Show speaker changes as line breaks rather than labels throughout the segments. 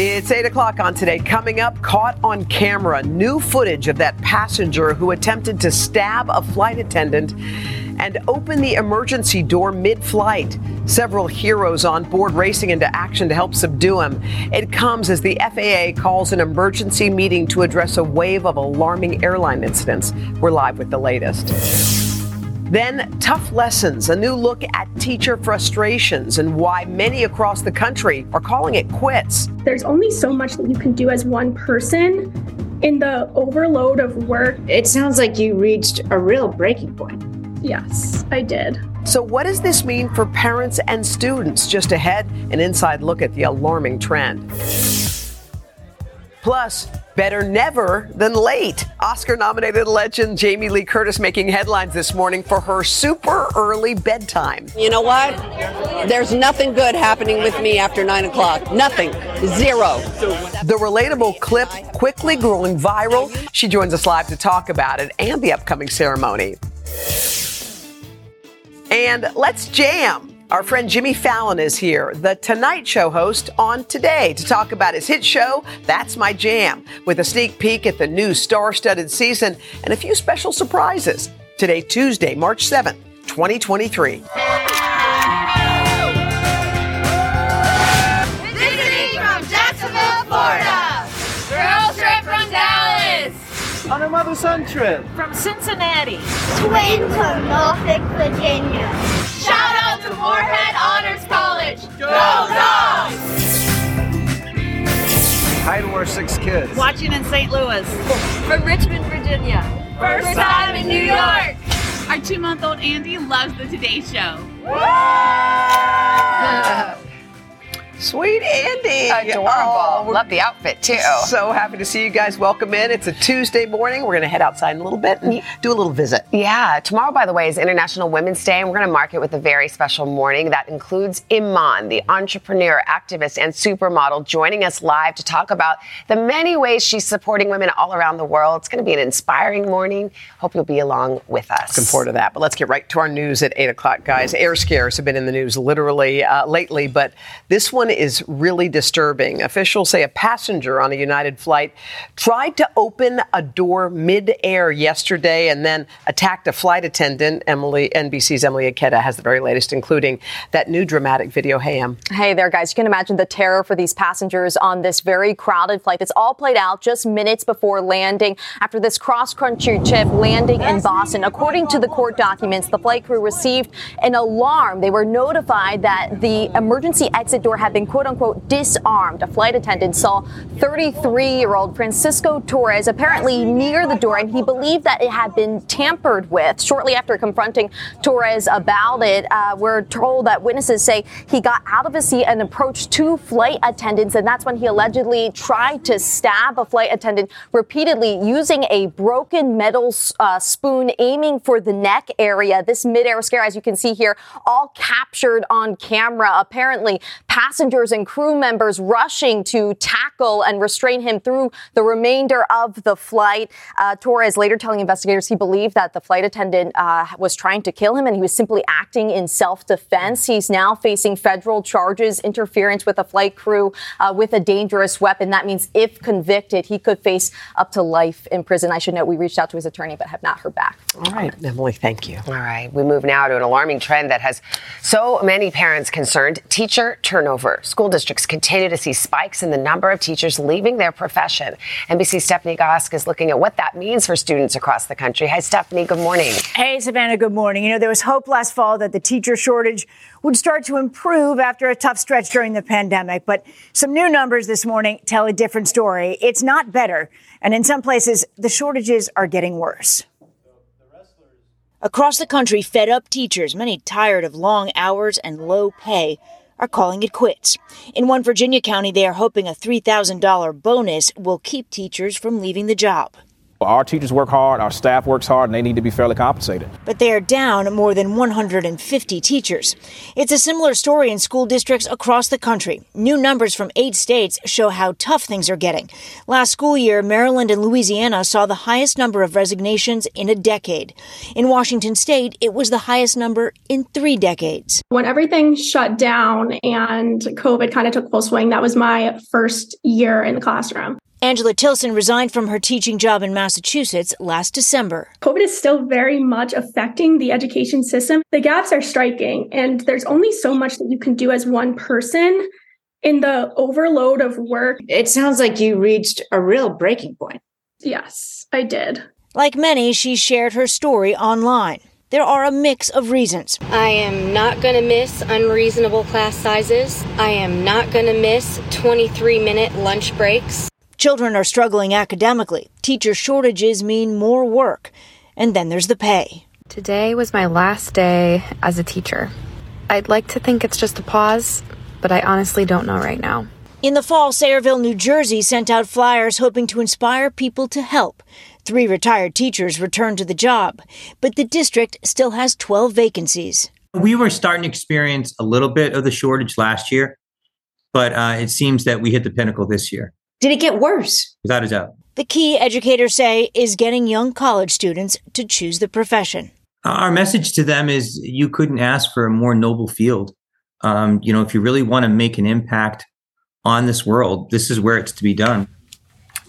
It's 8 o'clock on today. Coming up, caught on camera, new footage of that passenger who attempted to stab a flight attendant and open the emergency door mid flight. Several heroes on board racing into action to help subdue him. It comes as the FAA calls an emergency meeting to address a wave of alarming airline incidents. We're live with the latest. Then, tough lessons, a new look at teacher frustrations and why many across the country are calling it quits.
There's only so much that you can do as one person in the overload of work.
It sounds like you reached a real breaking point.
Yes, I did.
So, what does this mean for parents and students? Just ahead, an inside look at the alarming trend. Plus, better never than late. Oscar nominated legend Jamie Lee Curtis making headlines this morning for her super early bedtime.
You know what? There's nothing good happening with me after nine o'clock. Nothing. Zero.
The relatable clip quickly growing viral. She joins us live to talk about it and the upcoming ceremony. And let's jam. Our friend Jimmy Fallon is here, the Tonight Show host, on today to talk about his hit show, That's My Jam, with a sneak peek at the new star studded season and a few special surprises. Today, Tuesday, March 7th, 2023.
Visiting from Jacksonville, Florida. Girl trip from Dallas.
on a mother son trip.
From Cincinnati.
Twin from Norfolk, Virginia. Shout out to Moorhead Honors College. Go Dogs!
Hi to our six kids.
Watching in St. Louis.
From Richmond, Virginia. First time in New York.
Our two month old Andy loves the Today Show.
Sweet Andy.
Adorable.
Oh, we're
Love the outfit too.
so happy to see you guys. Welcome in. It's a Tuesday morning. We're going to head outside in a little bit and do a little visit.
Yeah, tomorrow, by the way, is International Women's Day, and we're going to mark it with a very special morning that includes Iman, the entrepreneur, activist, and supermodel, joining us live to talk about the many ways she's supporting women all around the world. It's going to be an inspiring morning. Hope you'll be along with us.
Looking forward to that. But let's get right to our news at 8 o'clock, guys. Air scares have been in the news literally uh, lately, but this one is really disturbing. Officials say a passenger on a United flight tried to open a door midair yesterday and then attacked a flight attendant. Emily, NBC's Emily Aketa has the very latest, including that new dramatic video. Hey, Em.
Hey there, guys. You can imagine the terror for these passengers on this very crowded flight that's all played out just minutes before landing after this cross country trip landing in Boston. According to the court documents, the flight crew received an alarm. They were notified that the emergency exit door had been quote unquote disarmed. A flight attendant saw 33 year old Francisco Torres apparently near the door, and he believed that it had been tampered with. Shortly after confronting Torres about it, uh, we're told that witnesses say he got out of his seat and approached two flight attendants, and that's when he allegedly tried to stab a flight attendant repeatedly using a broken metal uh, spoon, aiming for the neck area. This midair scare, as you can see here, all captured on camera. Apparently, passengers and crew members rushing to tackle and restrain him through the remainder of the flight. Uh, Torres later telling investigators he believed that the flight attendant uh, was trying to kill him, and he was simply acting in self-defense. He's now facing federal charges, interference with a flight crew uh, with a dangerous weapon. That means if convicted, he could face up to life in prison. I should note we reached out to his attorney, but have not heard back.
All right, Emily, thank you.
All right, we move now to an alarming trend that has so many parents concerned teacher turnover. School districts continue to see spikes in the number of teachers leaving their profession. NBC's Stephanie Gosk is looking at what that means for students across the country. Hi, Stephanie, good morning.
Hey, Savannah, good morning. You know, there was hope last fall that the teacher shortage would start to improve after a tough stretch during the pandemic, but some new numbers this morning tell a different story. It's not better, and in some places, the shortages are getting worse. Across the country, fed up teachers, many tired of long hours and low pay, are calling it quits. In one Virginia county, they are hoping a $3,000 bonus will keep teachers from leaving the job.
Our teachers work hard, our staff works hard, and they need to be fairly compensated.
But they are down more than 150 teachers. It's a similar story in school districts across the country. New numbers from eight states show how tough things are getting. Last school year, Maryland and Louisiana saw the highest number of resignations in a decade. In Washington state, it was the highest number in three decades.
When everything shut down and COVID kind of took full swing, that was my first year in the classroom.
Angela Tilson resigned from her teaching job in Massachusetts last December.
COVID is still very much affecting the education system. The gaps are striking, and there's only so much that you can do as one person in the overload of work.
It sounds like you reached a real breaking point.
Yes, I did.
Like many, she shared her story online. There are a mix of reasons.
I am not going to miss unreasonable class sizes. I am not going to miss 23 minute lunch breaks.
Children are struggling academically. Teacher shortages mean more work. And then there's the pay.
Today was my last day as a teacher. I'd like to think it's just a pause, but I honestly don't know right now.
In the fall, Sayreville, New Jersey sent out flyers hoping to inspire people to help. Three retired teachers returned to the job, but the district still has 12 vacancies.
We were starting to experience a little bit of the shortage last year, but uh, it seems that we hit the pinnacle this year.
Did it get worse?
Without a doubt.
The key, educators say, is getting young college students to choose the profession.
Our message to them is you couldn't ask for a more noble field. Um, you know, if you really want to make an impact on this world, this is where it's to be done.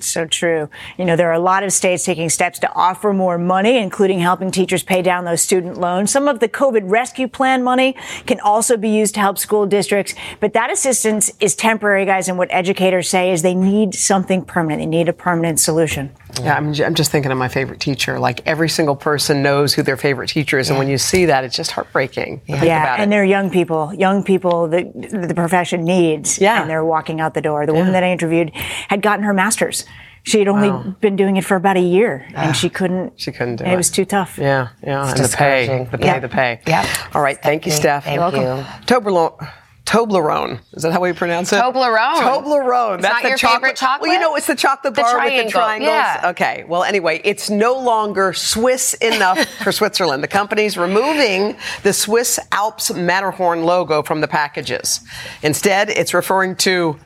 So true. You know, there are a lot of states taking steps to offer more money, including helping teachers pay down those student loans. Some of the COVID rescue plan money can also be used to help school districts. But that assistance is temporary, guys. And what educators say is they need something permanent. They need a permanent solution.
Yeah, I'm, I'm just thinking of my favorite teacher. Like every single person knows who their favorite teacher is. Yeah. And when you see that, it's just heartbreaking.
Yeah. yeah and it. they're young people, young people that the profession needs.
Yeah.
And they're walking out the door. The yeah. woman that I interviewed had gotten her master's. She had only wow. Ah. been doing it for about a year, and she couldn't.
Ah, She couldn't do
it.
It
was too tough.
Yeah, yeah. It's and the pay, the pay,
yeah.
the pay.
Yeah.
All right. Thank, thank you, Steph.
Thank
Welcome.
you.
Toblerone. Toblerone. Is that how we pronounce it?
Toblerone.
Toblerone.
It's That's
the
your
chocolate.
favorite chocolate.
Well, you know, it's the chocolate
the
bar
triangle.
with the triangles.
Yeah.
Okay. Well, anyway, it's no longer Swiss enough for Switzerland. The company's removing the Swiss Alps Matterhorn logo from the packages. Instead, it's referring to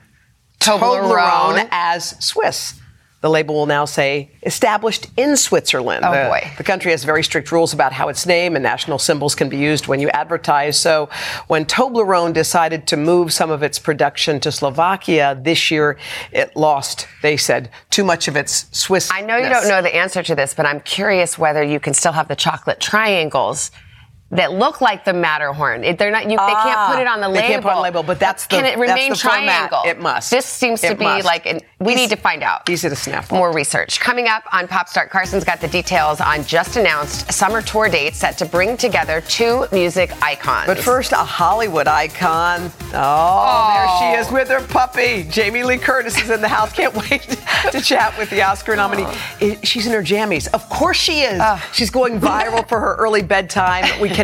Toblerone,
Toblerone as Swiss. The label will now say established in Switzerland.
Oh,
the,
boy.
The country has very strict rules about how its name and national symbols can be used when you advertise. So when Toblerone decided to move some of its production to Slovakia this year, it lost, they said, too much of its Swiss.
I know you don't know the answer to this, but I'm curious whether you can still have the chocolate triangles that look like the Matterhorn. It, they're not. You, they can't
Ah,
put it on the
they
label.
can't put it on the label, but that's the-
Can it
that's
remain
the format.
triangle?
It must.
This seems to
It
be
must.
like an, we need to find out.
Easy to snap.
More research coming up on Pop Star. Carson's got the details on just announced summer tour dates set to bring together two music icons.
But first, a Hollywood icon. Oh, there she is with her puppy. Jamie Lee Curtis is in the house. Can't wait to chat with the Oscar nominee. I- She's in her jammies. Of course she is. She's going viral for her early bedtime. We cannot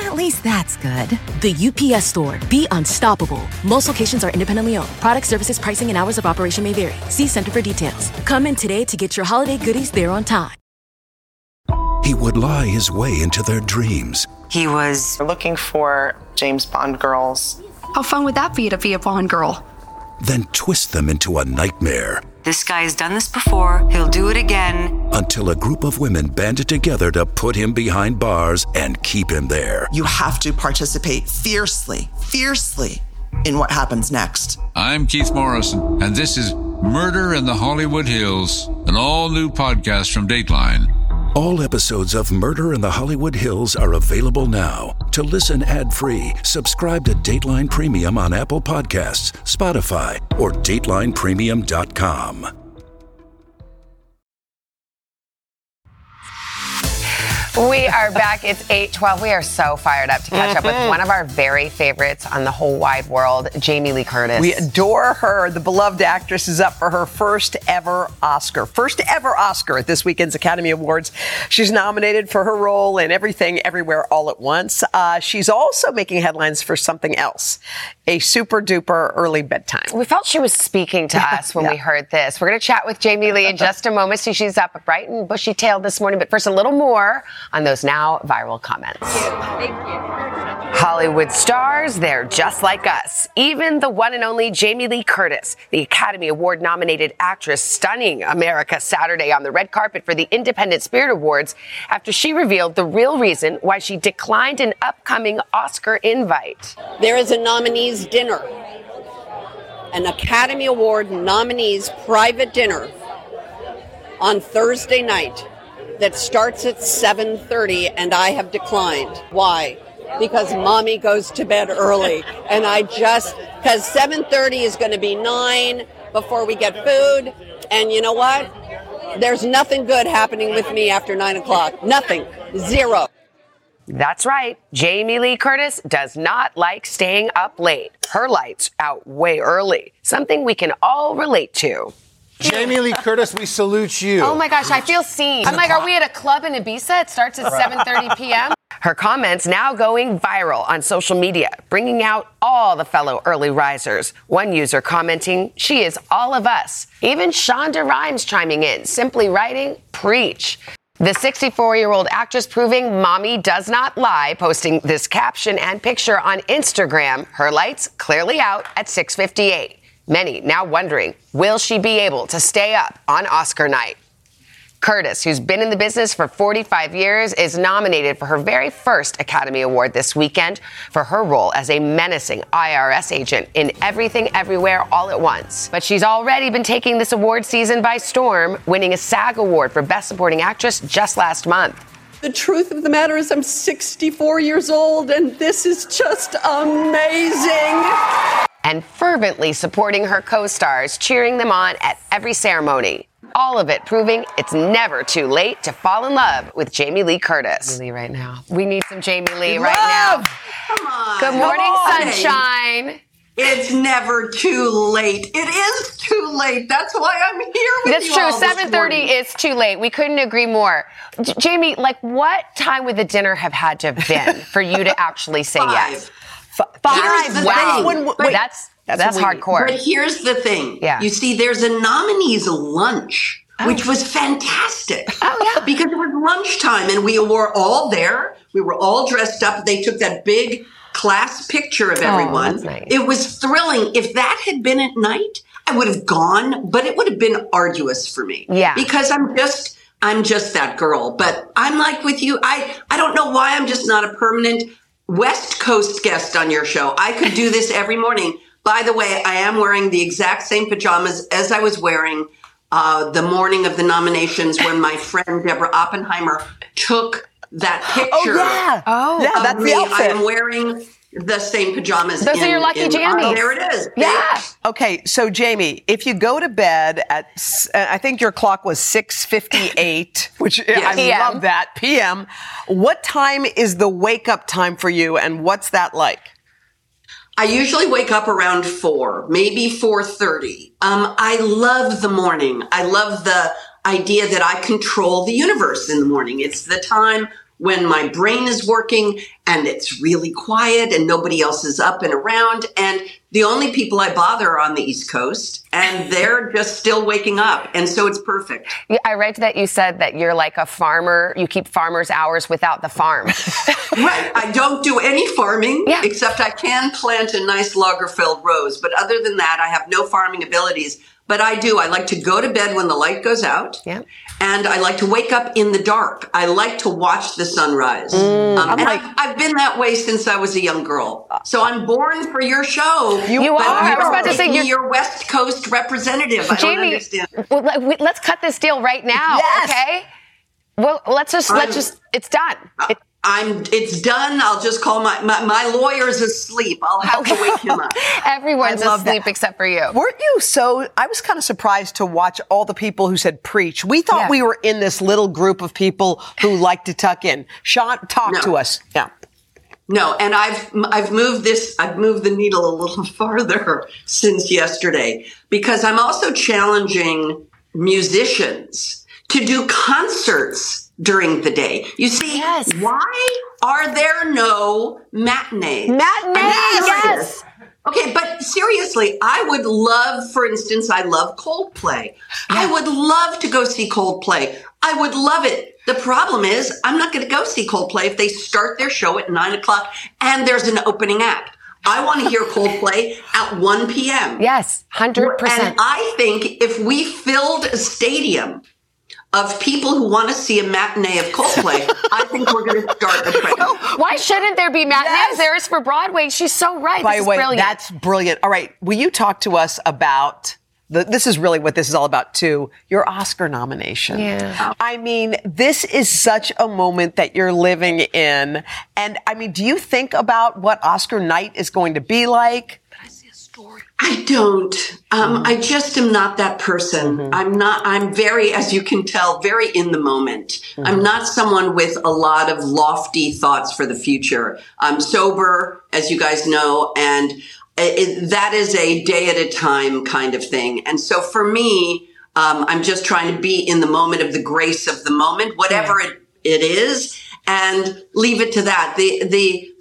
At least that's good.
The UPS store. Be unstoppable. Most locations are independently owned. Product services, pricing, and hours of operation may vary. See Center for details. Come in today to get your holiday goodies there on time.
He would lie his way into their dreams.
He was looking for James Bond girls.
How fun would that be to be a Bond girl?
then twist them into a nightmare
This guy has done this before. He'll do it again.
until a group of women banded together to put him behind bars and keep him there.
You have to participate fiercely, fiercely in what happens next.
I'm Keith Morrison, and this is Murder in the Hollywood Hills, an all new podcast from Dateline.
All episodes of Murder in the Hollywood Hills are available now. To listen ad free, subscribe to Dateline Premium on Apple Podcasts, Spotify, or DatelinePremium.com.
Oh. We are back. It's 8:12. We are so fired up to catch up with
Mhm.
one of our very favorites on the whole wide world, Jamie Lee Curtis.
We adore her. The beloved actress is up for her first ever Oscar. First ever Oscar at this weekend's Academy Awards. She's nominated for her role in Everything, Everywhere, All at Once. Uh, she's also making headlines for something else a super duper early bedtime.
we felt she was speaking to us when we heard this. We're going to chat with Jamie Lee in just a moment. See, she's up bright and bushy tailed this morning. But first, a little more on those now viral comments. Hollywood stars, they're just like us. Even the one and only Jamie Lee Curtis, the Academy Award nominated actress, stunning America Saturday on the red carpet for the Independent Spirit Awards after she revealed the real reason why she declined an upcoming Oscar invite.
There is a nominees dinner, an Academy Award nominees private dinner on Thursday night that starts at 7:30 and I have declined. Why? Because mommy goes to bed early and I just cuz 7:30 is going to be 9 before we get food and you know what? There's nothing good happening with me after 9 o'clock. Nothing. Zero.
That's right. Jamie Lee Curtis does not like staying up late. Her lights out way early, something we can all relate to.
Jamie Lee Curtis, we salute you.
Oh my gosh, I feel seen.
I'm like, are we
at a club in Ibiza? It starts
at Right. 7:30
p.m. Her comments now going viral on social media, bringing out all the fellow early risers. One user commenting, "She is all of us." Even Shonda Rhimes chiming in, simply writing, "Preach." The 64-year-old actress proving mommy does not lie, posting this caption and picture on Instagram. Her lights clearly out at 6:58. Many now wondering, will she be able to stay up on Oscar night? Curtis, who's been in the business for 45 years, is nominated for her very first Academy Award this weekend for her role as a menacing IRS agent in Everything Everywhere All at Once. But she's already been taking this award season by storm, winning a SAG Award for Best Supporting Actress just last month.
The truth of the matter is, I'm 64 years old, and this is just amazing.
and fervently supporting her co stars, cheering them on at every ceremony. All of it proving it's never too late to fall in love with Jamie Lee Curtis. Lee right now. We need some Jamie Lee right now.
Come on.
Good morning, sunshine.
It's never too late. It is too late. That's why I'm here with
That's
you.
true.
all this
7:30
morning.
is too late. We couldn't agree more. J- Jamie, like what time would the dinner have had to have been for you to actually say yes?
Here's the
Wow.
thing. But-
that's that's hardcore.
But here's the thing.
Yeah. Oh.
You see, there's a nominees lunch, which was fantastic. Oh yeah. Because it was lunchtime and we were all there. We were all dressed up. They took that big class picture of
Oh,
everyone.
that's nice.
It was thrilling. If that had been at night, I would have gone, but it would have been arduous for me.
Yeah.
Because I'm just I'm just that girl. But I'm like with you. I I don't know why I'm just not a permanent West Coast guest on your show. I could do this every morning. By the way, I am wearing the exact same pajamas as I was wearing uh, the morning of the nominations when my friend Deborah Oppenheimer took that
Oh,
picture.
yeah. Oh. Yeah,
of
that's the
me. I
outfit.
am wearing the same pajamas.
Those are
in-
your lucky
in-
jammies.
Oh, there it is.
Yeah. Okay, so Jamie, if you go to bed at, s- uh, I think your clock was six fifty-eight, which uh, I
PM.
love that PM. What time is the wake-up time for you, and what's that like?
I usually wake up around four, maybe four thirty. Um, I love the morning. I love the idea that I control the universe in the morning. It's the time when my brain is working and it's really quiet and nobody else is up and around. And the only people I bother are on the East Coast and they're just still waking up. And so it's perfect.
Yeah, I read that you said that you're like a farmer. You keep farmers' hours without the farm.
right. I don't do any farming except I can plant a nice Lagerfeld rose. But other than that, I have no farming abilities. But I do. I like to go to bed when the light goes out. Yeah. And I like to wake up in the dark. I like to watch the sunrise.
Mm,
Um, and I've, I've been that way since I was a young girl. So I'm born for your show.
You
but
are. I
You
was
don't
about to
make
say
me
you're-
your West Coast representative. I don't
Jamie,
understand.
well, let- we- let's cut this deal right now. Okay. Well, let's just let's
I'm-
just it's done. It,
I'm. It's done. I'll just call my my, my lawyer's asleep. I'll have to wake him up.
Everyone's asleep except for you.
Weren't you so? I was kind of surprised to watch all the people who said preach. We thought
Yeah.
we were in this little group of people who like to tuck in. Sean, talk
No.
to us. Yeah.
No, and I've I've moved this I've moved the needle a little farther since yesterday because I'm also challenging musicians to do concerts during the day. You see, why are there no matinees? Matinees,
yes.
Okay, but seriously, I would love, for instance, I love Coldplay. I would love to go see Coldplay. I would love it. The problem is, I'm not going to go see Coldplay if they start their show at nine o'clock and there's an opening act. I want to hear Coldplay at 1 p.m.
Yes, 100%.
And I think if we filled a stadium of people who want to see a matinee of Coldplay, I think we're going to start a trend.
Why shouldn't there be matinees? There is for Broadway. She's so right.
By
this
the
is
way,
brilliant.
that's brilliant. All right, will you talk to us about the, this? Is really what this is all about too. Your Oscar nomination.
Yeah.
I mean, this is such a moment that you're living in, and I mean, do you think about what Oscar night is going to be like?
I don't. Um, I just am not that person. I'm not, I'm very, as you can tell, very in the moment. I'm not someone with a lot of lofty thoughts for the future. I'm sober, as you guys know, and it, it- that is a day at a time kind of thing. And so for me, um, I'm just trying to be in the moment of the grace of the moment, whatever it, it is, and leave it to that. The the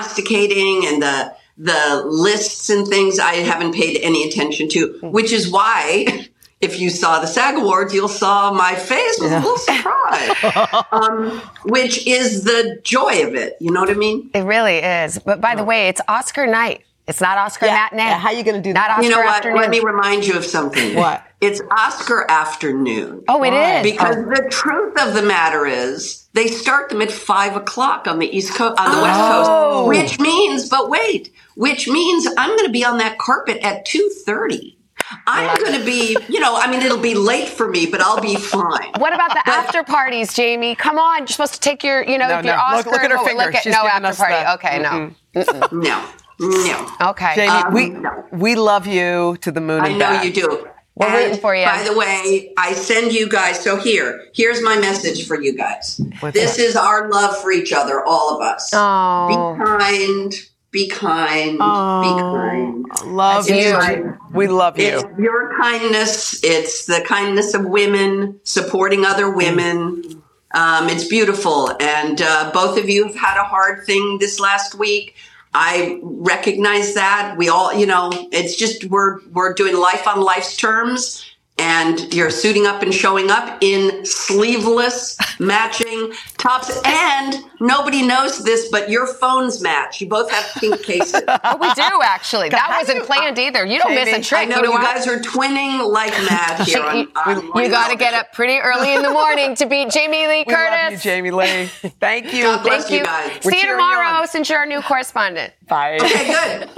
prognosticating and the the lists and things I haven't paid any attention to, which is why if you saw the SAG Awards, you'll saw my face was a little surprised, um, which is the joy of it. You know what I mean? Oh.
It really is. But by the way, it's Oscar night. It's not Oscar matinee.
How you going to do
Not
that?
Oscar
you know what?
afternoon.
Let me remind you of something.
What?
It's Oscar afternoon.
Oh, it Why? is?
Because
Oh.
the truth of the matter is, they start them at five o'clock on the East Coast, on the
Oh.
West Coast, which means, but wait, which means I'm going to be on that carpet at two thirty. I'm going to be, you know, I mean, it'll be late for me, but I'll be fine.
What about the after parties, Jamie? Come on, you're supposed to take your, you know,
No,
your
no.
Oscar.
Look- look at her
oh,
finger.
Look at,
She's
no
giving
after
us
party.
the-
okay, no.
No, no.
Uh-uh. Okay.
Jamie,
Um,
we we love you to the moon.
I
and
know
back.
you do.
We're
And
rooting for you.
By the way, I send you guys. So here, here's my message for you guys.
What's
this
that?
is our love for each other, all of us.
Oh.
Be kind. Be kind. be kind.
Love
It's
you.
my-
We love you.
It's your kindness. It's the kindness of women supporting other women. Um, it's beautiful, and uh, both of you have had a hard thing this last week. I recognize that. We all, you know, it's just we're we're doing life on life's terms, and you're suiting up and showing up in sleeveless matching tops, and nobody knows this, but your phones match. You both have pink cases.
Oh, we do actually. That wasn't planned either. You don't miss a
Jamie,
trick.
I know
you know
you
what?
guys are twinning like mad here. on, on
you
Morning
got to
Love.
get up pretty early in the morning to beat Jamie Lee
We love
Curtis.
you, Jamie Lee. Thank you.
God bless
Thank you.
We're
See you
cheering
tomorrow since you're our new correspondent.
Bye.
Okay, good.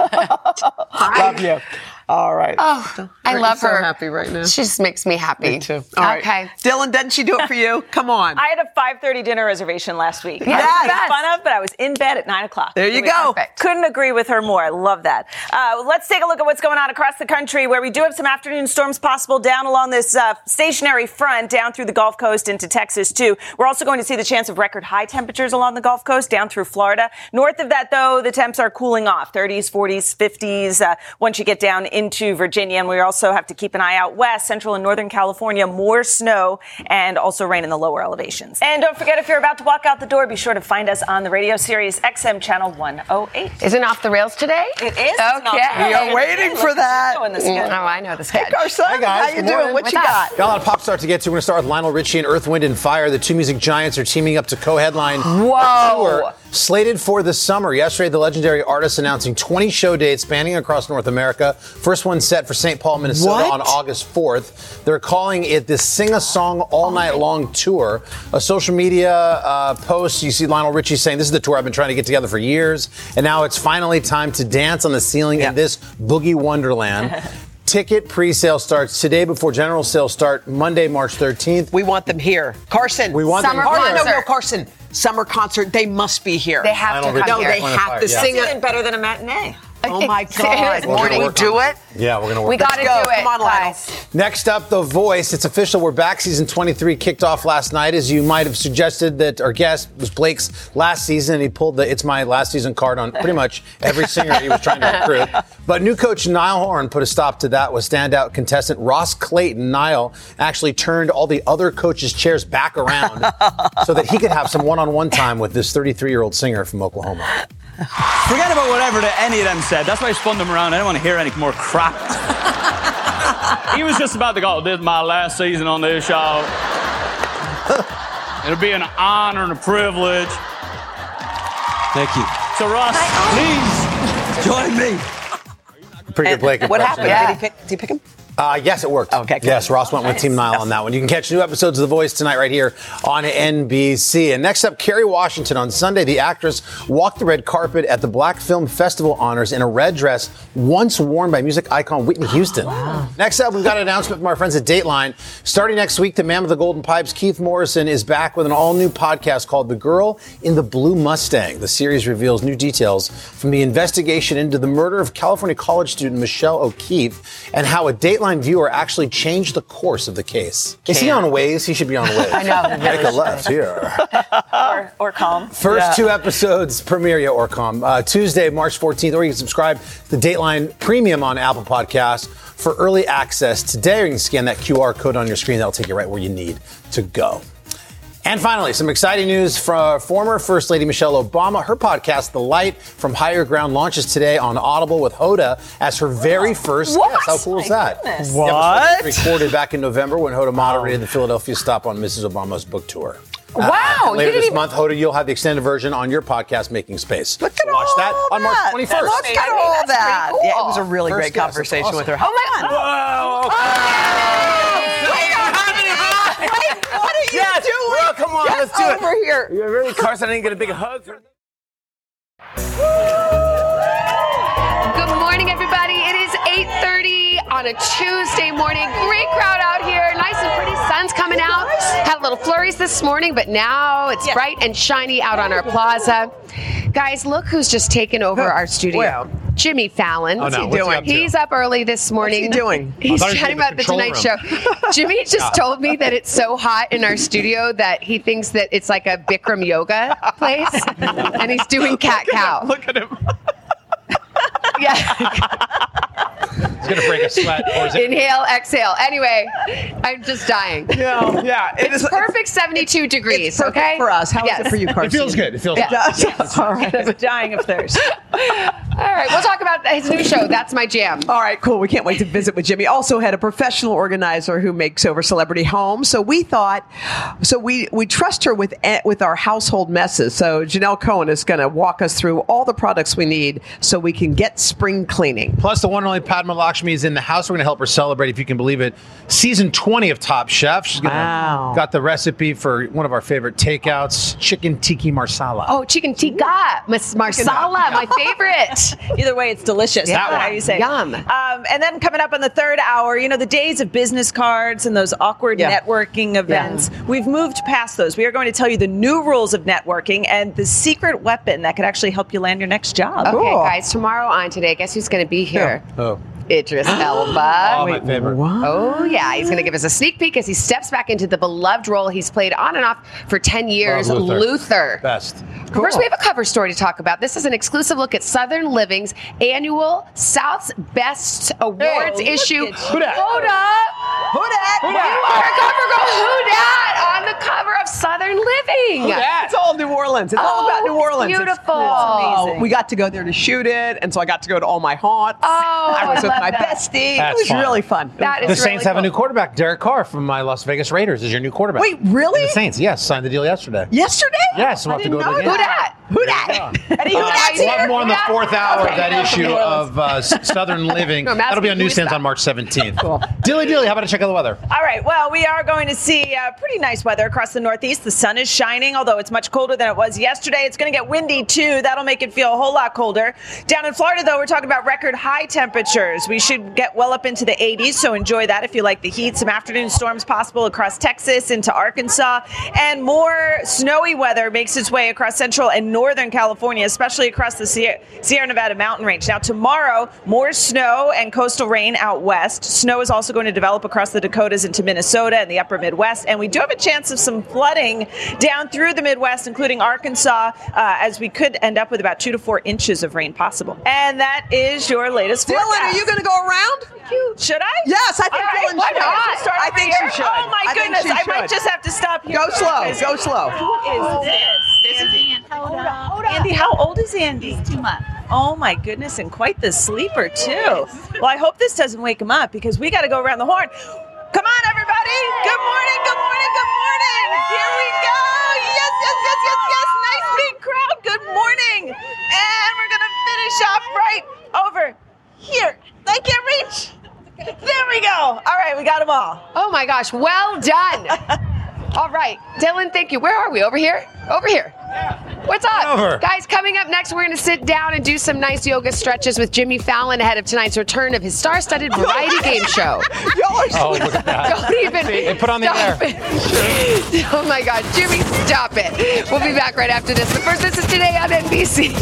Love you. All right.
Oh, I
Aren't
love
you so
her.
happy right now?
She just makes me happy.
Me too. All right.
okay.
Dylan, doesn't she do it for you? Come on.
I had a 5:30 dinner reservation last week.
Yes.
I was made fun of, but I was in bed at nine o'clock.
There you
Really
go.
perfect. Couldn't agree with her more. I love that. Uh, let's take a look at what's going on across the country, where we do have some afternoon storms possible down along this uh, stationary front, down through the Gulf Coast into Texas too. We're also going to see the chance of record high temperatures along the Gulf Coast, down through Florida. North of that, though, the temps are cooling off, 30s, 40s, 50s. Uh, once you get down into Virginia, and we also have to keep an eye out west, central and northern California, more snow and also rain in the lower elevations. And don't forget, if you're about to walk out the door, be sure to find us on the radio series XM Channel 108.
Isn't off the rails today?
It is.
Okay.
We are waiting for that.
Oh, I know this guy.
Hi
guys.
How you
Good
doing?
morning.
What
What's
you
up?
got?
Got a lot of pop stars to get to. We're going to start with Lionel Richie and Earth, Wind, and Fire. The two music giants are teaming up to co-headline a tour slated for the summer. Yesterday, the legendary artist announcing 20 show dates spanning across North America. First one set for St. Paul, Minnesota
What?
on August 4th. They're calling it the Sing a Song All
Oh.
Night Long Tour. A social media uh, post, you see Lionel Richie saying, this is the tour I've been trying to get together for years. And now it's finally time to dance on the ceiling in this boogie wonderland. Ticket pre-sale starts today before general sales start Monday, March 13th.
We want them here. Carson. We
want them
Summer
here.
Carson. No, no, Carson. summer concert. They must be here.
They have Lionel to come
No,
Richie
they
here.
have to
Yeah.
sing
It's
it.
even better than a matinee.
Oh my
It's- it's
God!
morning.
Can we do it?
Yeah, we're gonna work.
We
that.
got to do
go.
it.
Come on, Lionel.
Next up, The Voice. It's official. We're back. Season 23 kicked off last night. As you might have suggested, that our guest was Blake's last season, and he pulled the "It's My Last Season" card on pretty much every singer he was trying to recruit. But new coach Niall Horan put a stop to that with standout contestant Ross Clayton. Niall actually turned all the other coaches' chairs back around so that he could have some one-on-one time with this 33-year-old singer from Oklahoma.
Forget about whatever that any of them said. That's why I spun them around. I don't want to hear any more crap. he was just about to go, this is my last season on this show. It'll be an honor and a privilege.
Thank you.
So, Ross, please join me.
Pretty good Blake.
What
impression.
happened? Did he pick? Did he pick him?
Uh, yes, it worked. Okay. Yes, Ross went with Team Nile on that one. You can catch new episodes of The Voice tonight right here on NBC. And next up, Kerry Washington on Sunday. The actress walked the red carpet at the Black Film Festival honors in a red dress once worn by music icon Whitney Houston. Next up, we've got an announcement from our friends at Dateline. Starting next week, the man with the golden pipes, Keith Morrison, is back with an all-new podcast called The Girl in the Blue Mustang. The series reveals new details from the investigation into the murder of California college student Michelle O'Keefe and how a Dateline viewer actually changed the course of the case. Is he on ways? He should be on ways.
I know.
Make a left here.
or, or calm.
First
Yeah.
two episodes premiere ya Orcom uh, Tuesday, March 14th, or you can subscribe to the Dateline Premium on Apple Podcasts for early access today. Or you can scan that QR code on your screen. That'll take you right where you need to go. And finally, some exciting news from former First Lady Michelle Obama. Her podcast, The Light from Higher Ground, launches today on Audible with Hoda as her very first
What?
guest. How cool is
My
that?
goodness.
The episode
What?
was Recorded back in November when Hoda moderated the Philadelphia stop on Mrs. Obama's book tour.
Wow,
and
you
later
didn't
this
even-
month, Hoda, you'll have the extended version on your podcast, Making Space. Look at Watch that on March 21st.
Look at all that. Yeah, it was a really great conversation with her.
Oh my God.
Whoa.
Wait, what are you
Yes.
doing?
Well, come on,
Get
let's do it.
over here.
You're really Carson. I didn't get a big hug. From-
Good morning, everybody. It is 8:30 on a Tuesday morning. Great crowd out here. Nice and pretty. Sun's coming out. Had little flurries this morning, but now it's bright and shiny out on our plaza. Guys, look who's just taken over our studio.
Well.
Jimmy Fallon.
Oh, What's he doing? up to?
He's up early this morning.
What's he doing?
He's
I thought he was
chatting
in the
about the
control
Tonight
room. Ah.
Show. Jimmy just
Yeah.
told me that it's so hot in our studio that he thinks that it's like a Bikram yoga place, and he's doing cat cow. look at him. yeah.
It's gonna break a sweat. Or is it-
Inhale, exhale. Anyway, I'm just dying.
Yeah, yeah. It
it's
is-
perfect 72 degrees. okay.
for us. How is it for you, Carson?
Carson?
All right.
I'm dying of thirst. All right, we'll talk about his new show. That's my jam.
All right, cool. We can't wait to visit with Jimmy. Also had a professional organizer who makes over celebrity homes. So we thought, so we we trust her with eh, with our household messes. So Janelle Cohen is going to walk us through all the products we need so we can get spring cleaning.
Plus, the one and only Padma Lakshmi is in the house. We're going to help her celebrate, if you can believe it, season 20 of Top Chef. She's gonna,
Wow.
got the recipe for one of our favorite takeouts, chicken tiki marsala.
Oh, chicken tikka mas- marsala, my favorite.
Either way, it's delicious.
Yeah.
I don't know how you say it.
Yum.
Um, and then coming up on the third hour, you know, the days of business cards and those awkward
Yeah.
networking events, we've moved past those. We are going to tell you the new rules of networking and the secret weapon that could actually help you land your next job.
Okay, guys, tomorrow on today, guess who's going to be here?
Oh.
Idris Elba.
Oh, my favorite.
Oh, yeah. He's going to give us a sneak peek as he steps back into the beloved role he's played on and off for 10 years,
Love
Luther.
Best.
First, we have a cover story to talk about. This is an exclusive look at Southern Living's annual South's Best Awards
Hey, look
issue.
at you. Who dat?
Hold up. Who dat?
Who
You
dat?
are a cover girl. Who dat? On the cover of Southern Living.
Oh, It's all New Orleans. It's all
Oh,
about New Orleans. It's-
beautiful.
it's amazing. We got to go there to shoot it, and so I got to go to all my haunts. Oh, I was
I
with
love
my
that.
bestie.
That's
it was
fun.
really fun.
the Saints have a new quarterback, Derek Carr from my Las Vegas Raiders, is your new quarterback.
Wait, really?
The Saints, yes, signed the deal yesterday.
Yesterday?
Yes, we'll have to go to the game.
Who that? Who that?
Uh, we'll have more on the fourth hour of that
Okay.
issue of uh, S- Southern Living.
No, I'm
That'll be
asking
on
who is
newsstands
that?
on March 17th. Dilly Dilly, how about a check out the weather?
All right. Well, we are going to see uh, pretty nice weather across the Northeast. The sun is shining, although it's much colder colder than it was yesterday. It's going to get windy too. That'll make it feel a whole lot colder. Down in Florida, though, we're talking about record high temperatures. We should get well up into the 80s, so enjoy that if you like the heat. Some afternoon storms possible across Texas into Arkansas, and more snowy weather makes its way across central and northern California, especially across the Sierra, Sierra Nevada mountain range. Now, tomorrow, more snow and coastal rain out west. Snow is also going to develop across the Dakotas into Minnesota and the upper Midwest, and we do have a chance of some flooding down through the Midwest, including Arkansas, uh, as we could end up with about two to four inches of rain possible. And that is your latest
Dylan,
forecast.
are you going to go around?
Should I?
Yes, I think
All right,
Dylan
why
should.
not?
I
Start
think
over
she
here?
should.
Oh my
I think
goodness,
she
I might
should.
just have to stop here.
Go slow,
because-
go slow.
Who is this?
This is Ann. Hold on. Hold
Andy, how old is Andy?
He's two months.
Oh my goodness, and quite the sleeper too. Well, I hope this doesn't wake him up because we got to go around the horn. Come on, everybody! Good morning, good morning, good morning! Here we go! Yes, yes, yes, yes, yes! Nice big crowd. Good morning, and we're gonna finish off right over here. I can't reach. There we go. All right, we got them all.
Oh my gosh, well done. All right, Dylan, thank you. Where are we? Over here? Over here. What's up?
Over.
Guys, coming up next, we're going to sit down and do some nice yoga stretches with Jimmy Fallon ahead of tonight's return of his star studded variety game show.
Y'all are
Oh, look at that.
Don't even.
They put on the
stop
air.
it. Oh my God, Jimmy, stop it. We'll be back right after this. But first, this is today on NBC.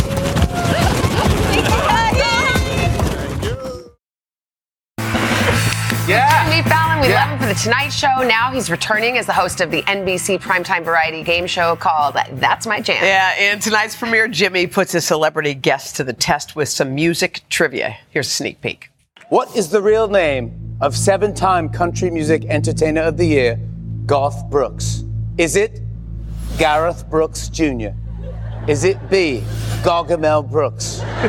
Yeah.
Jimmy Fallon, we
Yeah.
love him for the Tonight Show. Now he's returning as the host of the NBC primetime variety game show called That's My Jam.
Yeah, and tonight's premiere, Jimmy puts his celebrity guest to the test with some music trivia. Here's a sneak peek.
What is the real name of seven time Country Music Entertainer of the Year, Garth Brooks? Is it Gareth Brooks Jr.? Is it B, Gargamel Brooks?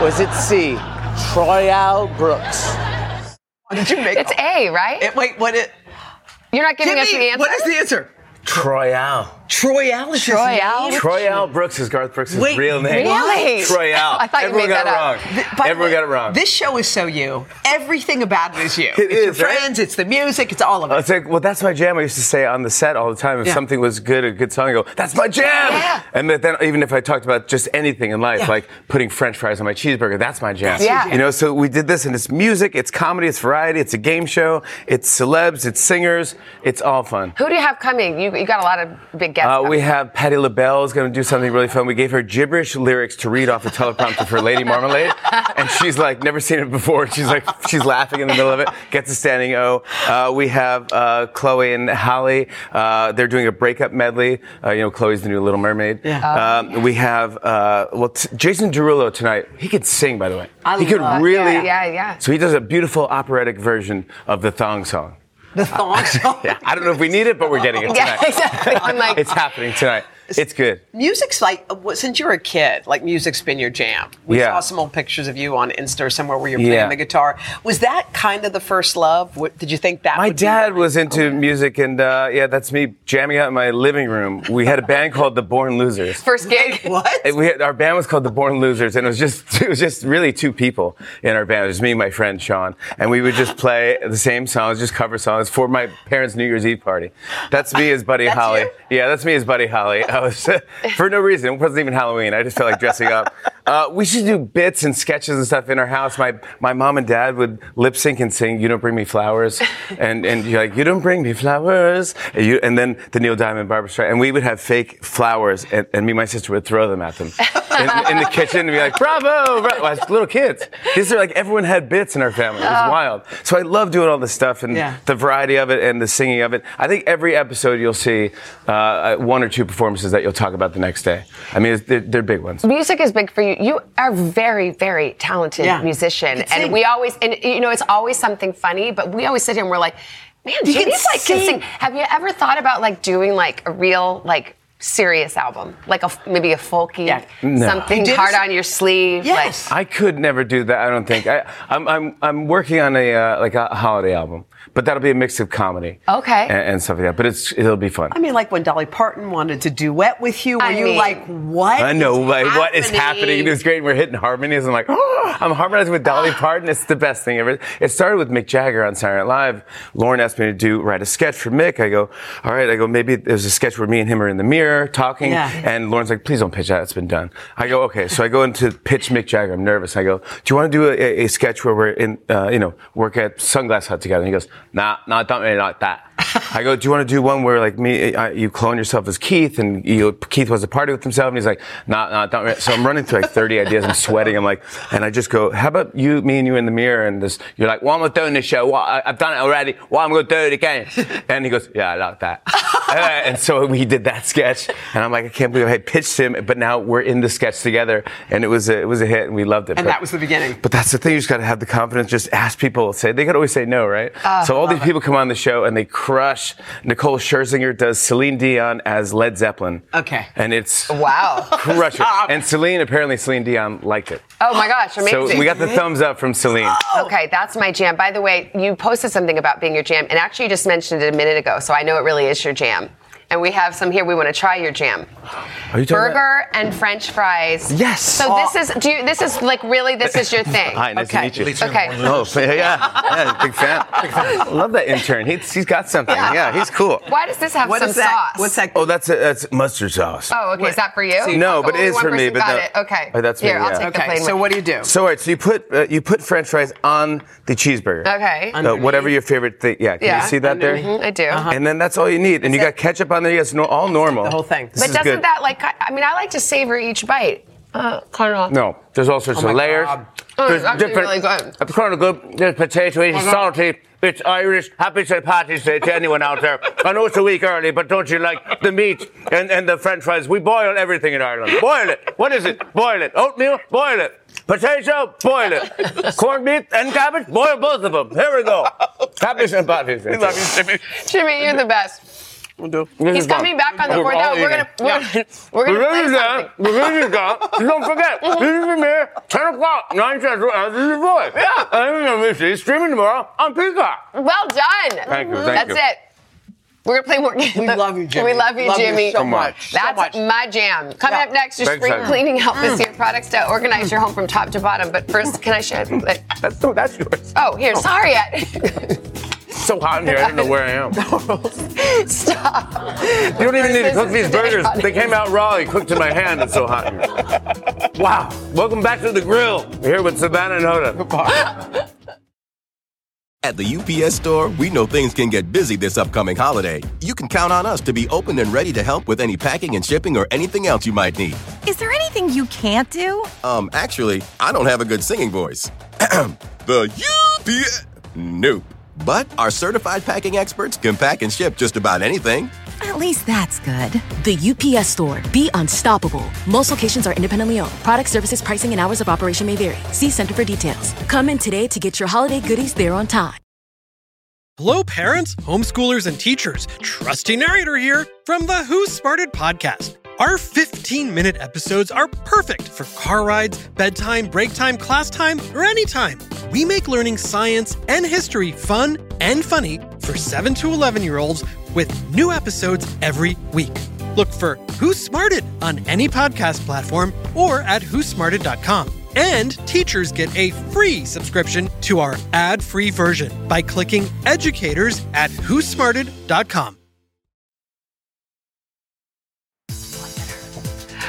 or is it C, Troyal Brooks?
Did you make
It's A, right?
wait, what it?
You're not giving us the answer.
What is the answer?
Troyal.
Troyal is his
Troyal?
name?
Troyal Brooks is Garth Brooks'
Wait,
real name.
really?
Troyal.
I thought you
Everyone
made
got
that up.
it wrong.
Th- by the
Everyone
way,
got it wrong.
This show is so you. Everything about it is you. it's your
is, right?
friends, it's the music, it's all of it.
It's like, well, that's my jam. I used to say on the set all the time. If
Yeah.
something was good, a good song, I go, "That's my jam."
Yeah.
And but then, even if I talked about just anything in life,
Yeah.
like putting French fries on my cheeseburger, that's my jam.
That's your Yeah. jam.
You know. So we did this, and it's music, it's comedy, it's variety, it's a game show, it's celebs, it's singers, it's all fun.
Who do you have coming? You, you got a lot of big guests.
Uh, we have Patti LaBelle is going to do something really fun. We gave her gibberish lyrics to read off a teleprompter for Lady Marmalade, and she's like never seen it before. She's like she's laughing in the middle of it. Gets a standing O. Uh, we have uh, Chloe and Holly. Uh, they're doing a breakup medley. Uh, you know, Chloe's the new Little Mermaid.
Oh,
Yeah.
Um, we have uh, well t- Jason Derulo tonight. He could sing, by the way. he could really.
Yeah, yeah.
So he does a beautiful operatic version of the thong song.
The thong song.
yeah, I don't know if we need it, but we're getting it
Yeah,
tonight.
exactly. I'm like-
it's happening tonight. It's good.
Music's like well, since you were a kid, like music's been your jam. We
Yeah.
saw some old pictures of you on Insta or somewhere where you're playing
Yeah.
the guitar. Was that kind of the first love? What, did you think that?
My
would be-
dad was into music, and uh, yeah, that's me jamming out in my living room. We had a band called the Born Losers.
First gig.
What?
And we had, our band was called the Born Losers, and it was just it was just really two people in our band. It was me and my friend Sean, and we would just play the same songs, just cover songs for my parents' New Year's Eve party. That's me as Buddy Holly. Yeah, that's me as Buddy Holly. I was for no reason. It wasn't even Halloween. I just felt like dressing up. Uh, we should do bits and sketches and stuff in our house. My my mom and dad would lip sync and sing "You Don't Bring Me Flowers," and and you're like "You Don't Bring Me Flowers," and, you, and then the Neil Diamond, Barbara Streisand, and we would have fake flowers, and, and me and my sister would throw them at them in, in the kitchen and be like "Bravo!" bravo. Well, as little kids, these are like everyone had bits in our family. It was
Oh.
wild. So I love doing all this stuff and
Yeah.
the variety of it and the singing of it. I think every episode you'll see uh, one or two performances that you'll talk about the next day. I mean, it's, they're, they're big ones.
Music is big for you. You are very, very talented
Yeah.
musician,
can
and
sing.
we always, and you know, it's always something funny. But we always sit here and we're like, man,
You can
Jimmy's like can
sing.
sing. Have you ever thought about like doing like a real like serious album, like a maybe a folky
No.
something
They did
hard
some-
on your sleeve? Yes.
I could never do that. I don't think. I, I'm, I'm, I'm working on a uh, like a holiday album, but that'll be a mix of comedy
Okay.
and, and stuff like that. But it's it'll be fun.
I mean, like when Dolly Parton wanted to duet with you, were
I
you
mean-
like, what?
I know like, what is
happening?
happening. It was great. We're hitting harmonies. I'm like, "Oh, I'm harmonizing with Dolly Parton. It's the best thing ever. It started with Mick Jagger on Saturday Night Live. Lauren asked me to do write a sketch for Mick. I go, all right. I go, maybe there's a sketch where me and him are in the mirror dinner talking,
Yeah.
and Lauren's like, please don't pitch that. It's been done. I go, okay. So I go into pitch Mick Jagger. I'm nervous. I go, do you want to do a, a- a sketch where we're in, uh, you know, work at Sunglass Hut together? And he goes, nah, nah, don't really like that. I go, do you want to do one where like me, I, you clone yourself as Keith and you, Keith was a party with himself and he's like, nah, nah, don't really. So I'm running through like 30 ideas. I'm sweating. I'm like, and I just go, how about you, me and you in the mirror and this, you're like, well, I'm not doing this show. Well, I, I've done it already. Well, I'm going to do it again. And he goes, yeah, I like that. Uh, and so we did that sketch, and I'm like, I can't believe I had pitched him, but now we're in the sketch together, and it was a, it was a hit, and we loved it.
And
But-
that was the beginning.
But that's the thing, you just got to have the confidence. Just ask people. Say they could always say no, right?
Ah,
so all
love
these people come on the show and they crush. Nicole Scherzinger does Celine Dion as Led Zeppelin.
Okay.
And it's
wow,
crush it. And Celine apparently Celine Dion liked it.
Oh my gosh, amazing.
So we got the thumbs up from Celine.
Okay, that's my jam. By the way, you posted something about being your jam, and actually you just mentioned it a minute ago, so I know it really is your jam. And we have some here. We want to try your jam.
Are you talking about-
Burger and French fries.
Yes.
So this is do you, this is like really this is your thing.
Hi, nice to meet you.
Okay.
Oh, yeah, yeah, yeah, big fan. Love that intern. He's, he's got something. Yeah, he's cool.
Why does this have some sauce?
that? Oh, that's a, that's mustard sauce.
Oh, okay. Is that for you?
no,
Okay,
but it
only
is
one
for me.
person
But
got
no.
it. Okay.
Oh, that's
Here,
me.
I'll
yeah.
take the plain one.
do you do?
So, all right, so you put uh, you put French fries on the cheeseburger.
Okay.
Uh, whatever your favorite thing. Yeah. Can
Yeah.
you see that there?
Mhm, I do. Uh-huh.
And then that's all you need, and you got ketchup on there. Yes, no, all normal. The whole
thing.
but doesn't that like ki- I mean I like to savor each bite. Uh, Colonel.
No, there's all sorts
Oh my
of layers.
God. Oh, it's actually really good.
It's kind of good. There's potato. It's
Mhm.
salty. It's Irish. Happy St. Patrick's Day to anyone out there. I know it's a week early, but don't you like the meat and, and the French fries? We boil everything in Ireland. Boil it. What is it? Boil it. Oatmeal. Boil it. Potato. Boil it. Corned beef and cabbage. Boil both of them. Here we go. Happy St. Patrick's Day. We love you, Jimmy.
Jimmy, you're the best.
We'll do.
He's coming back on the board. No, we're gonna we're, gonna- we're gonna play something. Mm-hmm.
The Lizzie Gang. Don't forget, this is the mayor, 10 o'clock, 9 central, and this is the voice. Yeah. And you're going to streaming tomorrow on Peacock.
Well done.
Thank you, thank
That's
you.
it. We're gonna play more games. We love you,
Jimmy.
We love you,
Love you
Jimmy.
so So much. much.
That's my jam. Coming up next, your
Thanks,
spring
Heather.
cleaning help
Mm.
is your products to organize your home from top to bottom. But first, can I share?
That's no, that's yours.
Oh, here. Sorry, I,
It's so hot in here, I don't know where I am.
stop.
You don't even need to cook these burgers. They came out raw, you cooked in my hand, it's so hot in here. Wow. Welcome back to the grill. We're here with Savannah and Hoda.
At the UPS store, we know things can get busy this upcoming holiday. You can count on us to be open and ready to help with any packing and shipping or anything else you might need.
Is there anything you can't do?
Um, actually, I don't have a good singing voice. the UPS. Nope. But our certified packing experts can pack and ship just about anything.
At least that's good. The UPS store. Be unstoppable. Most locations are independently owned. Product services, pricing, and hours of operation may vary. See Center for details. Come in today to get your holiday goodies there on time.
Hello, parents, homeschoolers, and teachers. Trusty narrator here from the Who Smarted podcast. Our 15 minute episodes are perfect for car rides, bedtime, break time, class time, or any time. We make learning science and history fun and funny for 7 to 11 year olds with new episodes every week. Look for Who Smarted on any podcast platform or at whosmarted.com. And teachers get a free subscription to our ad free version by clicking educators at whosmarted.com.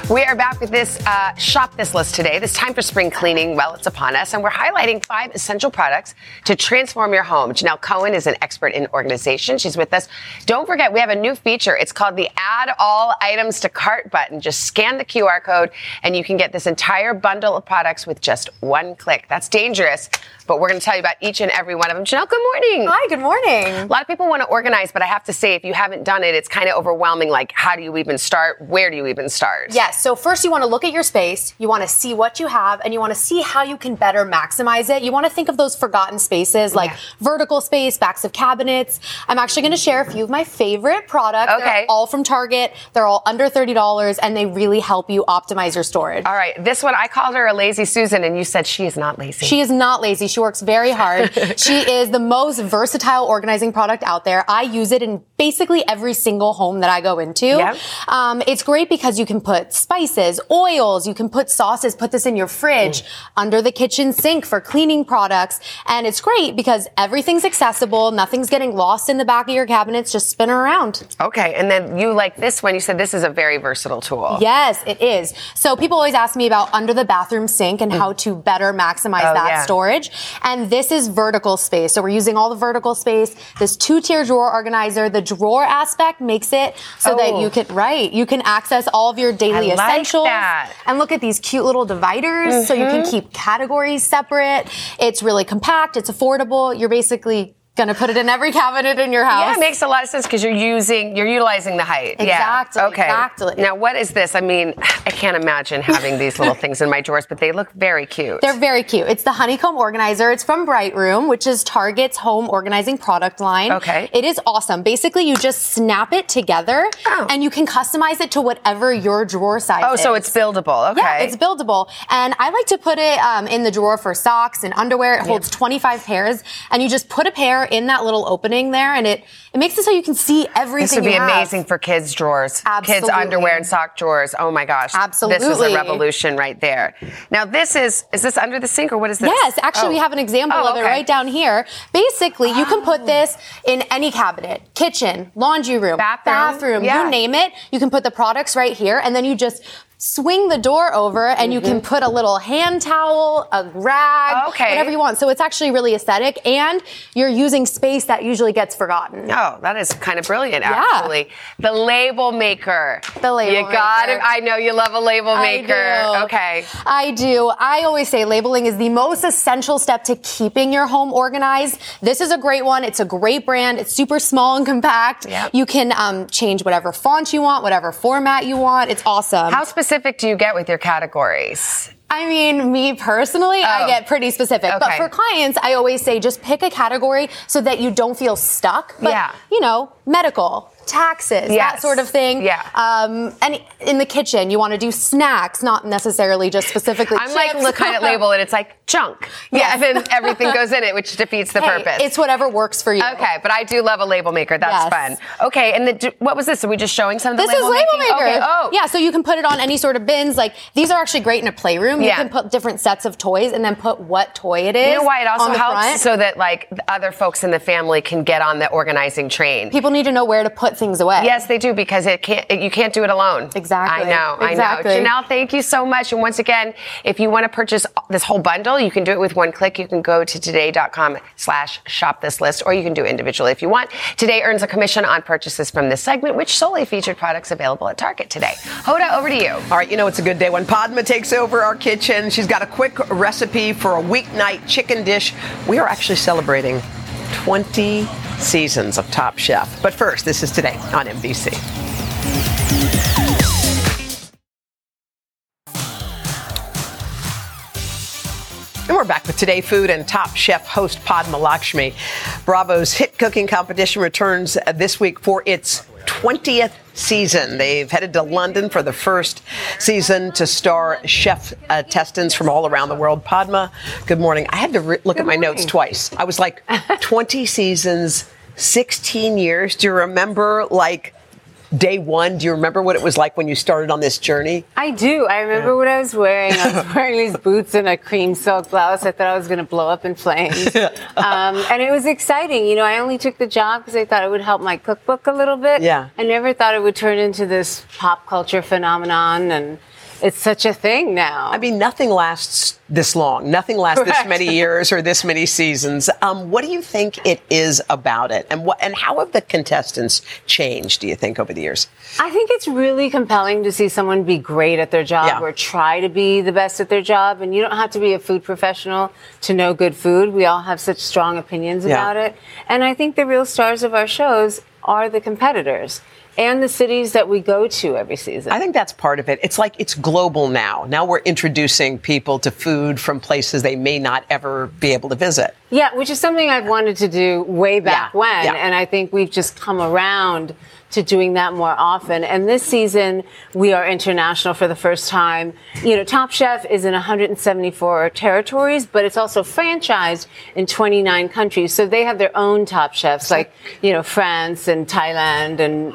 We are back with this uh, shop this list today. This time for spring cleaning, well, it's upon us, and we're highlighting five essential products to transform your home. Janelle Cohen is an expert in organization. She's with us. Don't forget, we have a new feature. It's called the Add All Items to Cart button. Just scan the QR code, and you can get this entire bundle of products with just one click. That's dangerous, but we're going to tell you about each and every one of them. Janelle, good morning. Hi,
good morning.
A lot of people want to organize, but I have to say, if you haven't done it, it's kind of overwhelming. Like, how do you even start? Where do you even start?
Yes. So first, you want to look at your space. You want to see what you have, and you want to see how you can better maximize it. You want to think of those forgotten spaces, like vertical space, backs of cabinets. I'm actually going to share a few of my favorite products. They're
Okay.
all from Target. They're all under thirty dollars, and they really help you optimize your storage.
All right. This one, I called her a lazy Susan, and you said she is not lazy.
She is not lazy. She works very hard. she is the most versatile organizing product out there. I use it in basically every single home that I go into. Yep. Um, it's great because you can put spices, oils, you can put sauces, put this in your fridge, mm. under the kitchen sink for cleaning products. And it's great because everything's accessible, nothing's getting lost in the back of your cabinets, just spin around.
Okay, and then you like this one, you said this is a very versatile tool.
Yes, it is. So people always ask me about under the bathroom sink and mm. how to better maximize oh, that yeah. storage. And this is vertical space. So we're using all the vertical space, this two tier drawer organizer, the drawer aspect makes it so oh. that you can right you can access all of your daily
I
essentials
like
and look at these cute little dividers mm-hmm. so you can keep categories separate it's really compact it's affordable you're basically Gonna put it in every cabinet in your house.
Yeah, it makes a lot of sense because you're using, you're utilizing the height.
Exactly.
Yeah. Okay.
Exactly.
Now, what is this? I mean, I can't imagine having these little things in my drawers, but they look very cute.
They're very cute. It's the honeycomb organizer. It's from Brightroom, which is Target's home organizing product line.
Okay.
It is awesome. Basically, you just snap it together, oh. and you can customize it to whatever your drawer size.
Oh, so
is.
it's buildable. Okay.
Yeah, it's buildable, and I like to put it um, in the drawer for socks and underwear. It yeah. holds 25 pairs, and you just put a pair in that little opening there, and it it makes it so you can see everything.
This would be
have.
amazing for kids' drawers,
Absolutely.
kids' underwear and sock drawers. Oh my gosh,
Absolutely.
this is a revolution right there. Now this is is this under the sink or what is this?
Yes, actually oh. we have an example oh, okay. of it right down here. Basically, you can
Oh.
put this in any cabinet, kitchen, laundry room,
bathroom,
bathroom
yeah.
you name it. You can put the products right here, and then you just swing the door over and mm-hmm. you can put a little hand towel, a rag,
okay.
whatever you want. So it's actually really aesthetic and you're using space that usually gets forgotten.
Oh, that is kind of brilliant actually. Yeah. The label maker.
The label
you
maker.
got it. I know you love a label maker.
I
okay.
I do. I always say labeling is the most essential step to keeping your home organized. This is a great one. It's a great brand. It's super small and compact.
Yep.
You can um, change whatever font you want, whatever format you want. It's awesome.
How specific specific do you get with your categories?
I mean, me personally, oh. I get pretty specific.
Okay.
But for clients, I always say just pick a category so that you don't feel stuck. But,
yeah.
you know, medical, taxes,
yes.
that sort of thing.
Yeah.
Um, and in the kitchen, you want to do snacks, not necessarily just specifically.
I'm like looking at label and it's like junk. Yes. Yeah, and then everything goes in it, which defeats the
hey,
purpose.
It's whatever works for you.
Okay, but I do love a label maker. That's
yes.
fun. Okay, and the, what was this? Are we just showing some of the
this
label
is label making? maker.
Okay. Oh,
yeah. So you can put it on any sort of bins. Like these are actually great in a playroom. You
yeah.
can put different sets of toys and then put what toy it is.
You know why it also
on the
helps
front.
so that like other folks in the family can get on the organizing train.
People need to know where to put things away.
Yes, they do because it can't. It, you can't do it alone.
Exactly.
I know.
Exactly.
I know. Janelle, thank you so much. And once again, if you want to purchase this whole bundle, you can do it with one click. You can go to today.com/slash shop this list, or you can do individually if you want. Today earns a commission on purchases from this segment, which solely featured products available at Target today. Hoda, over to you.
All right. You know it's a good day when Padma takes over our kitchen. She's got a quick recipe for a weeknight chicken dish. We are actually celebrating 20 seasons of Top Chef. But first, this is today on NBC. And we're back with Today Food and Top Chef host Padma Lakshmi. Bravo's hit cooking competition returns this week for its 20th season. They've headed to London for the first season to star chef uh, testants from all around the world. Padma, good morning. I had to re- look good at my morning. notes twice. I was like, 20 seasons, 16 years. Do you remember, like, day one, do you remember what it was like when you started on this journey?
I do. I remember yeah. what I was wearing. I was wearing these boots and a cream silk blouse. I thought I was going to blow up in flames. um, and it was exciting. You know, I only took the job because I thought it would help my cookbook a little bit.
Yeah.
I never thought it would turn into this pop culture phenomenon and it's such a thing now.
I mean, nothing lasts this long. Nothing lasts Correct. this many years or this many seasons. Um, what do you think it is about it, and what and how have the contestants changed? Do you think over the years?
I think it's really compelling to see someone be great at their job
yeah.
or try to be the best at their job, and you don't have to be a food professional to know good food. We all have such strong opinions
yeah.
about it, and I think the real stars of our shows are the competitors and the cities that we go to every season.
I think that's part of it. It's like it's global now. Now we're introducing people to food from places they may not ever be able to visit.
Yeah, which is something I've wanted to do way back
yeah.
when.
Yeah.
And I think we've just come around to doing that more often. And this season, we are international for the first time. You know, Top Chef is in 174 territories, but it's also franchised in 29 countries. So they have their own Top Chefs, like, you know, France and and Thailand and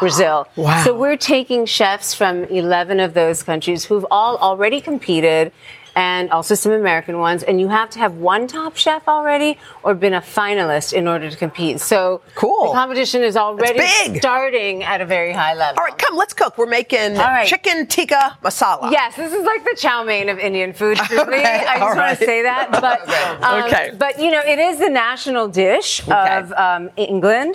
Brazil.
Wow.
So we're taking chefs from 11 of those countries who've all already competed and also some American ones. And you have to have one top chef already or been a finalist in order to compete. So
cool.
the competition is already
It's big.
starting at a very high level.
All right, come, let's cook. We're making chicken tikka masala.
Yes, this is like the chow mein of Indian food to me.
Okay,
I
all
just want
right.
to say that. But, um,
Okay.
but you know, it is the national dish of um, England,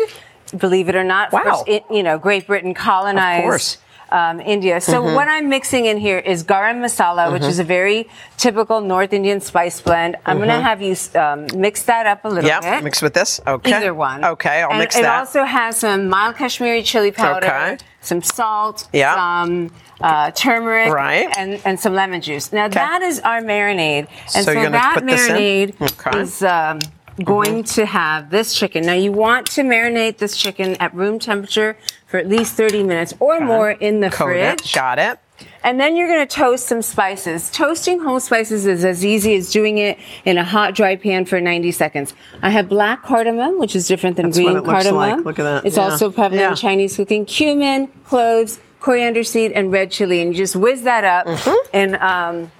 believe it or not.
Wow.
First, it- you know, Great Britain colonized.
Of course.
Um, India. So
Mhm.
what I'm mixing in here is garam masala, which
Mhm.
is a very typical North Indian spice blend. I'm going
Mhm.
to have you um, mix that up a little
Yep,
bit.
mix with this. Okay.
Either one.
Okay, I'll
and
mix
it
that.
also has some mild Kashmiri chili powder,
Okay.
some salt,
Yeah.
some uh, turmeric,
Right.
and, and some lemon juice. Now that is our marinade, and
So
so,
you're gonna
that
put this in?
marinade
Okay. Mm-hmm.
is um, going to have this chicken. Now you want to marinate this chicken at room temperature for at least 30 minutes or more in the
Coat it.
fridge. Got it. And then you're going to toast some spices. Toasting whole spices is as easy as doing it in a hot, dry pan for 90 seconds. I have black cardamom, which is different than
That's what
green
it looks
cardamom.
like. Look at that.
It's
Yeah.
also prevalent
Yeah.
in Chinese cooking. Cumin, cloves, coriander seed, and red chili, and you just whiz that up
Mm-hmm.
in um,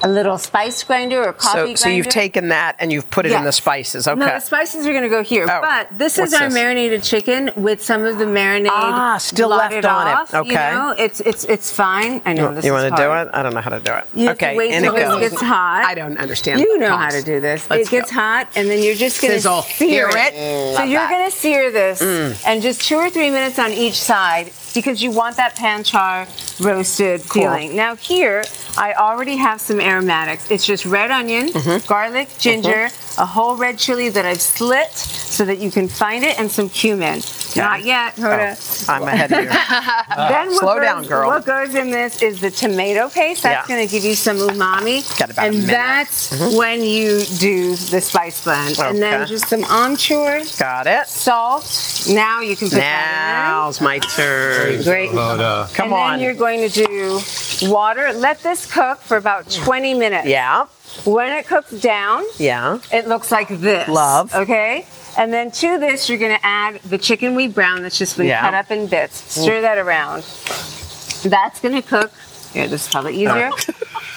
a little spice grinder or coffee
So,
grinder.
so you've taken that and you've put it in the
Yes.
spices. Okay.
No, the spices are going to go here.
Oh,
but this is
what's
our
this?
marinated chicken with some of the marinade
Ah, still left
blotted
on it.
off,
Okay.
You know, it's it's it's fine. I know
you
this.
you
is
wanna
hard.
do it? I don't know how to do it.
You have
okay,
to wait
in it
till
goes.
it gets hot. I
don't understand.
You know
Pause.
how to do this.
Let's
it gets hot, and then you're just going to
Sizzle.
sear
Sear
it.
it. Mm,
so
love
you're
that.
going to sear this,
Mm.
and just two or three minutes on each side because you want that pan char roasted
Cool.
feeling. Now here, I already have some aromatics. It's just red onion,
Mhm.
garlic, ginger,
Mm-hmm.
a whole red chili that I've slit so that you can find it, and some cumin. Not yet, Hoda.
Oh, I'm ahead of you.
then what
Slow
goes,
down, girl.
What goes in this is the tomato paste. That's
Yeah.
going to give you some umami.
Got about a
and
minute.
that's
Mhm.
when you do the spice blend. And then
Okay.
just some anchor.
Got it.
Salt. Now you can put that
Now's my turn.
Great.
Come
in. and
on.
then you're going to do water. Let this cook for about 20 minutes.
Yeah.
When it cooks down,
Yeah.
it looks like this.
Uh-huh. Love.
Okay? And then to this, you're gonna add the chicken we browned that's just been
Yeah.
cut up in bits. Stir
Mm.
that around. That's gonna cook. Here, this is probably easier.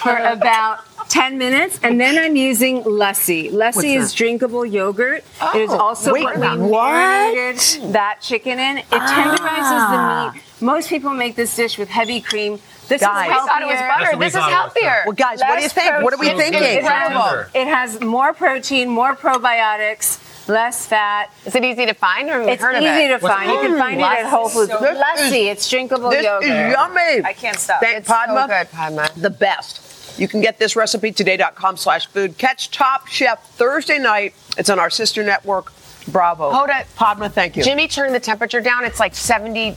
for about 10 minutes. And then I'm using lassi.
What's
Lassi is
that?
drinkable yogurt. it is
Oh,
also
wait,
what we
what?
marinated that chicken in. It
Ah.
tenderizes the meat. Most people make this dish with heavy cream. This
Guys.
is
We thought it was
healthier.
butter. That's what we This is thought it was, healthier. Well, guys, what do you
Less
think? What are we
protein.
thinking?
It has,
September.
it has more protein, more probiotics, less fat. Is it easy to find or
we
it's
heard of
easy
it?
to
What's
find?
it
You can
called?
find it at
Lassi.
Whole Foods.
So this
Lassi, it's drinkable
This
yogurt.
is yummy.
I can't stop.
Thank
It's so
Padma.
good,
Padma. The best. You can get this recipe today.com slash food. Catch Top Chef Thursday night. It's on our sister network, Bravo.
Hold it.
Padma, thank you.
Jimmy turned the temperature down. It's like 70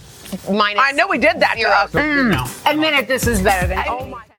minus. I know
we did that. Mm.
Zero.
Admit it, this is better than. Oh my.